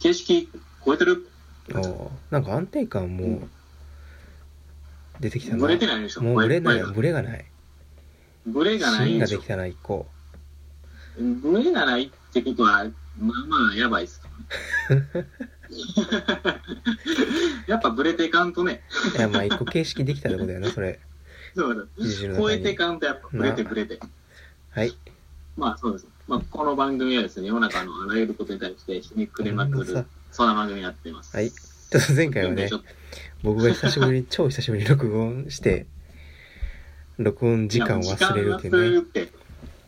形式超えてるあーなんか安定感もう出てきたなブレてないでしょもうブレないブブレがないブレがない芯でがしでょきたな一個ブレがないってことはまあまあやばいっすか やっぱブレていかんとねいやまあ一個形式できたってことやなそれそう自重だの超中えにていかんとやっぱブレてブレてはいまあそうです。まあこの番組はですね、世の中のあらゆることに対してひねくれまくこんなるさ、そんな番組になっています。はいちょっと前回はでねちょっ僕が久しぶりに超久しぶりに録音して録音時間を忘れるっ時て間忘れいうねるって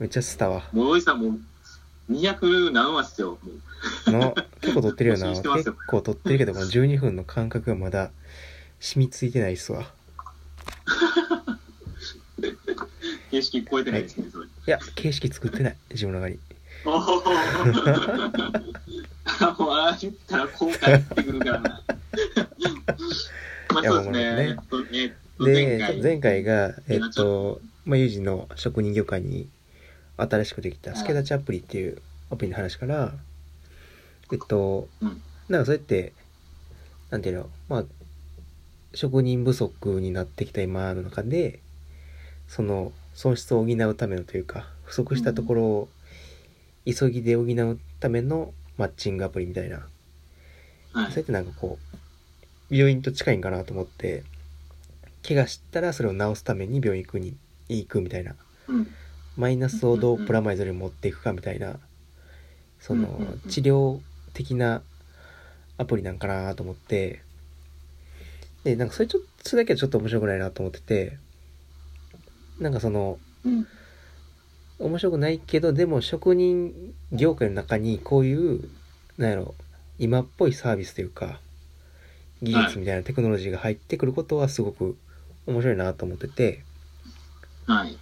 めっちゃスタわもうおじさんもう200何話っすよ。もうの結構撮ってる よな更新してます結よ構撮ってるけどこの12分の感覚がまだ染みついてないっすわ形式超えてないですね、それ。いや形式作ってない自分の中におお。もうああ言ったら後悔ってくるからな。まあいやそうですね。もうねえっとえっとで前ちょっと回。前回がえっちょとまあユージの職人業界に新しくできたはいスケダチアプリっていうアプリの話からえっとうんなんかそれってなんていうのまあ職人不足になってきた今の中でその損失を補うためのというか不足したところを急ぎで補うためのマッチングアプリみたいなはそれいってなんかこう病院と近いんかなと思って怪我したらそれを治すために病院行くに行くみたいなうんマイナスをどううんうんプラマイゼロに持っていくかみたいなそのうんうんうん治療的なアプリなんかなと思ってでなんかそれちょっとそれだけはちょっと面白くないなと思っててなんかそのうん面白くないけどでも職人業界の中にこういうなんやろ今っぽいサービスというか技術みたいなテクノロジーが入ってくることはすごく面白いなと思っててはい。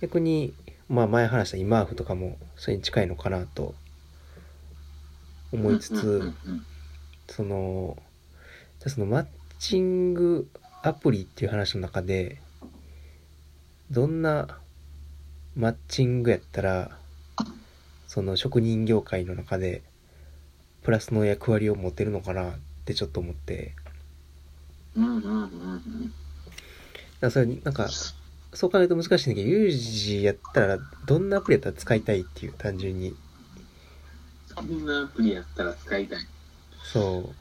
逆に、まあ、前話したイマーフとかもそれに近いのかなと思いつつ、うんうんうんそのじゃあそのマッチングアプリっていう話の中でどんなマッチングやったらその職人業界の中でプラスの役割を持てるのかなってちょっと思ってうんうんうんうんだからそれなんかそう考えると難しいんだけどユージやったらどんなアプリやったら使いたいっていう単純にそんなアプリやったら使いたい。そう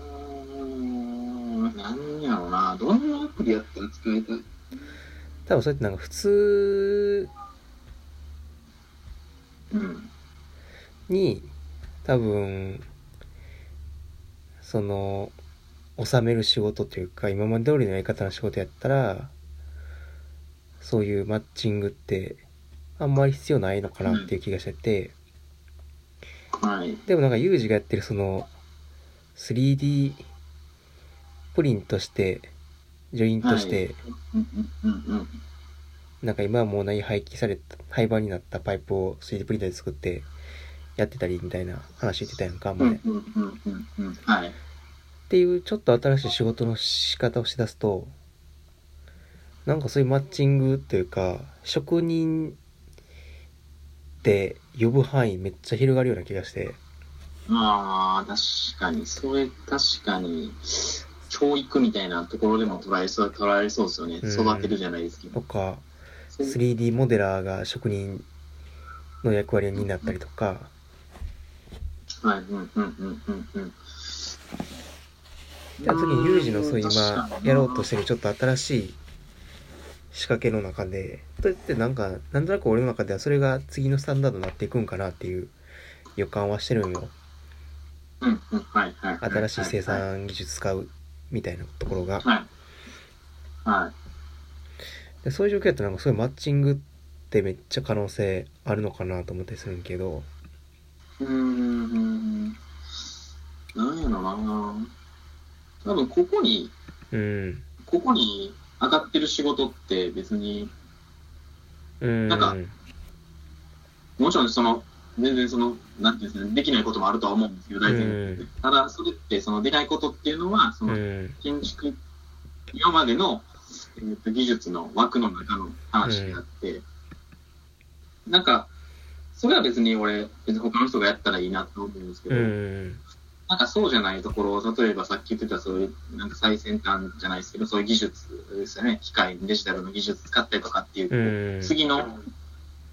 うーん何やろうな。どんなアプリやったら使いたい多分そうやってなんか普通うん。に多分その収める仕事というか今まで通りのやり方の仕事やったらそういうマッチングってあんまり必要ないのかなっていう気がしてて、はい。でもなんかユージがやってるその 3D プリントしてジョイントして、うんうんうんうん。なんか今はもう何廃棄された廃盤になったパイプを 3D プリンターで作ってやってたりみたいな話言ってたやんか、う前んうんうんうんうん。はい。っていうちょっと新しい仕事の仕方をしだすとなんかそういうマッチングというか職人って呼ぶ範囲めっちゃ広がるような気がしてまあ、確かに、それ確かに、教育みたいなところでも捉えそう、捉えそうですよね。うん育てるじゃないですけとど。か 3D モデラーが職人の役割を担ったりとかはい。うんうんうんうんうん。じゃあ次にユージのそういう今確かにやろうとしてるちょっと新しい仕掛けの中でそれってなんかなんとなく俺の中ではそれが次のスタンダードになっていくんかなっていう予感はしてるんよ。うんうんはいはいはい。新しい生産技術使うみたいなところがはい。はい。でそういう状況やったらなんかそういうマッチングってめっちゃ可能性あるのかなと思ったりするんけどうーん。なんやろな多分ここに、うんここに上がってる仕事って別に、うんなんかもちろんその、全然その、なんていうんですかね、できないこともあるとは思うんですけど、大前提うただ、それって、その、できないことっていうのは、そうんうの、ん建築、今までの、えーと技術の枠の中の話であって、なんか、それは別に俺、別に他の人がやったらいいなと思うんですけうど、んなんかそうじゃないところを、例えばさっき言ってたそういう、なんか最先端じゃないですけど、そういう技術ですよね。機械、デジタルの技術使ったりとかっていう、うん次の、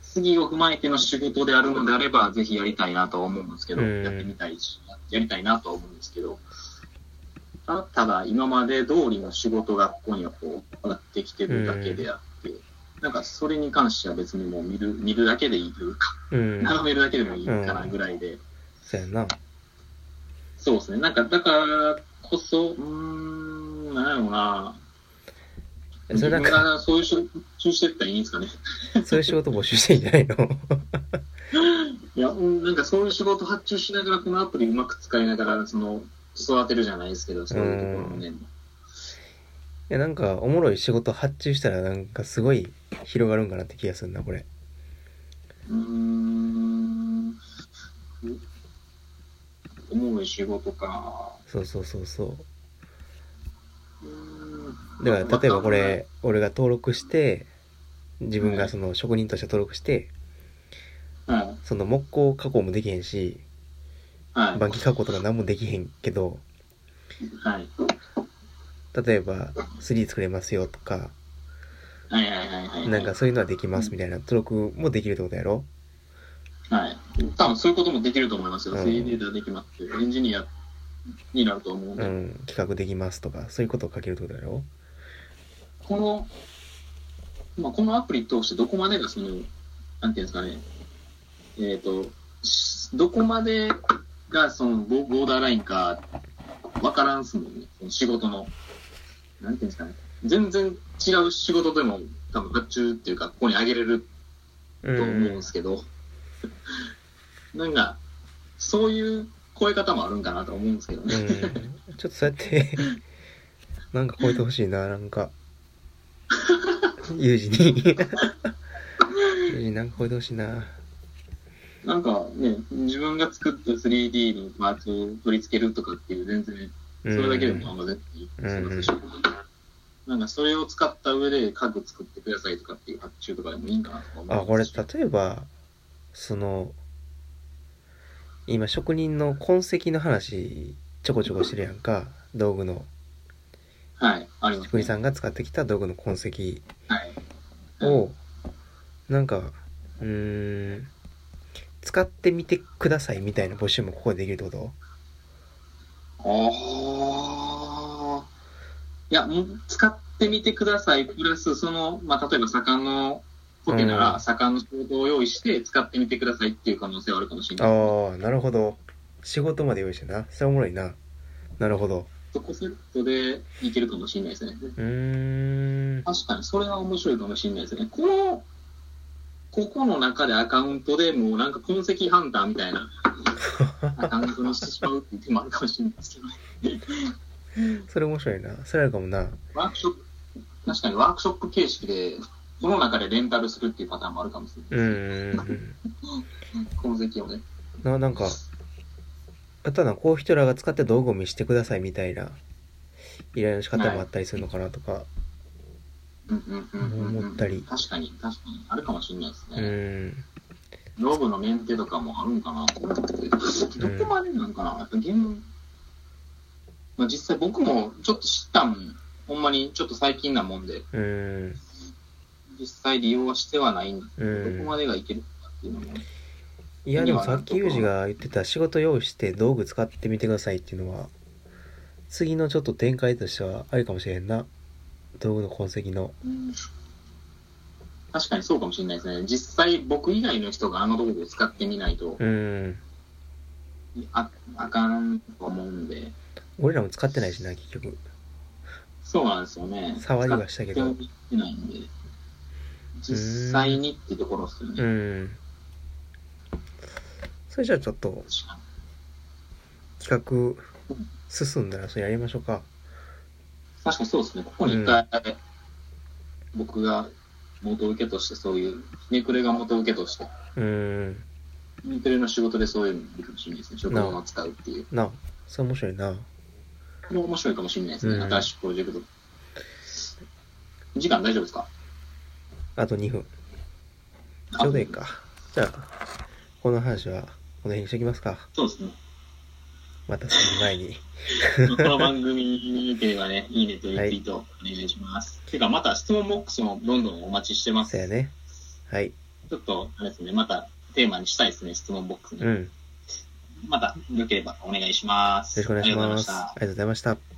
次を踏まえての仕事であるのであれば、ぜひやりたいなとは思うんですけど、うんやってみたいし、やりたいなとは思うんですけど、たただ今まで通りの仕事がここにはこう、やってきてるだけであって、なんかそれに関しては別にもう見る、見るだけでいいというか、うん眺めるだけでもいいかなぐらいで、そうやなそうですね。なんか、だからこそ、うーん、なんやろうな。それな自ん分かがそういう仕事中してったらいいんですかね。そういう仕事募集してんじゃないのいや、うん、なんかそういう仕事発注しながら、このアプリうまく使いながら、その、育てるじゃないですけど、そういうところもね。いやなんかおもろい仕事発注したらなんかすごい広がるんかなって気がするなこれうーん。重い仕事か。そうそうそうそううーんだから例えばこ。れ俺が登録して自分がその職人として登録してはい。その木工加工もできへんしはい。板金加工とか何もできへんけどはい。例えば 3D 作れますよとかはいはいはいはい。なんか、そういうのはできますみたいな登録もできるってことやろはい。多分そういうこともできると思いますよ。うん 3D ではできますけど、エンジニアになると思うんうで。ん企画できますとかそういうことを書けるってことやろこの、まあ、このアプリ通してどこまでがその、なんていうんですかね、えっ、と、しどこまでがそのボボーダーラインかわからんすもんね、その仕事の。なんていうんですかね、全然違う仕事でも多分発注っていうか、ここに上げれるうと思うんでんすけど、 なんか、そういう超え方もあるんかなと思うんですけどうん、ね。ちょっとそうやってなんか超えてほしいななん かユージにユージになんか超えてほしいななんかね、自分が作った 3D のパーツを取り付けるとかっていう、全然、それだけでもあんま全然いいしなんかそれを使った上で家具作ってくださいとかっていう発注とかでもいいんかなとか思あこれますし例えばその今職人の痕跡の話ちょこちょこしてるやんか道具のはい、あります、職人さんが使ってきた道具の痕はい。跡をなんかうーん使ってみてくださいみたいな募集もここでできるってことああ。いや、もう使ってみてください。プラス、その、まあ、例えば、左官のコケなうら、ん左官の仕事を用意して、使ってみてくださいっていう可能性はあるかもしれない。ああなるほど仕事まで用意してなそれおもろいななるほどそこセットでいけるかもしれないですね。うーん確かに、それは面白いかもしれないですね。この、ここの中でアカウントでもうなんか痕跡ハンターみたいなアカウントにしてしまうっていう手もあるかもしれないですけどね。 それ面白いなそれあるかもなワークショップ、確かにワークショップ形式で、この中でレンタルするっていうパターンもあるかもしうれない。んうんうん痕跡をね。ななんかあとはなこう人らが使って道具を見せてくださいみたいな依頼の仕方もあったりするのかなとか、うんうんうんうんうん思ったり確かに、確かに。あるかもしれないですうね。んロブのメンテとかもあるんかなと思って。どこまでなんかなやっぱゲーム、まあ、実際僕もちょっと知ったん、ほんまにちょっと最近なもんで、うん実際利用はしてはないんだけど、うんどこまでがいけるかっていうのも。いやでもさっきユージが言ってた仕事用意して道具使ってみてくださいっていうのは次のちょっと展開としてはありかもしれへんな道具の痕跡のうん確かにそうかもしれないですね。実際僕以外の人があの道具を使ってみないとうんああかんと思うんで、俺らも使ってないしな結局そうなんですよね。触りはしたけど使ってないんで、実際にってところですよね。うんそれじゃあちょっと確かに企画進んだらそれやりましょうか確かにそうですね、ここに一回、僕が元請けとして、そういう、ひねくれが元請けとして、うんひねくれの仕事でそういうのいるかもしれないですね、職人を使うっていう。なあそれ面白いなこれも面白いかもしれないですね、うん新しいプロジェクト。時間大丈夫ですかあと2分あちょうどいいかじゃあこの話はこの辺にしときますか。そう ですね。またその前に。この番組に良ければね、いいねとリツイートお願いします。てか、また質問ボックスもどんどんお待ちしてますそう。やね。はい。ちょっと、あれですね、またテーマにしたいですね、質問ボックスに。うん。よまた、良ければお願いします。ろしくお願いしありがとうございまましす。たありがとうございました。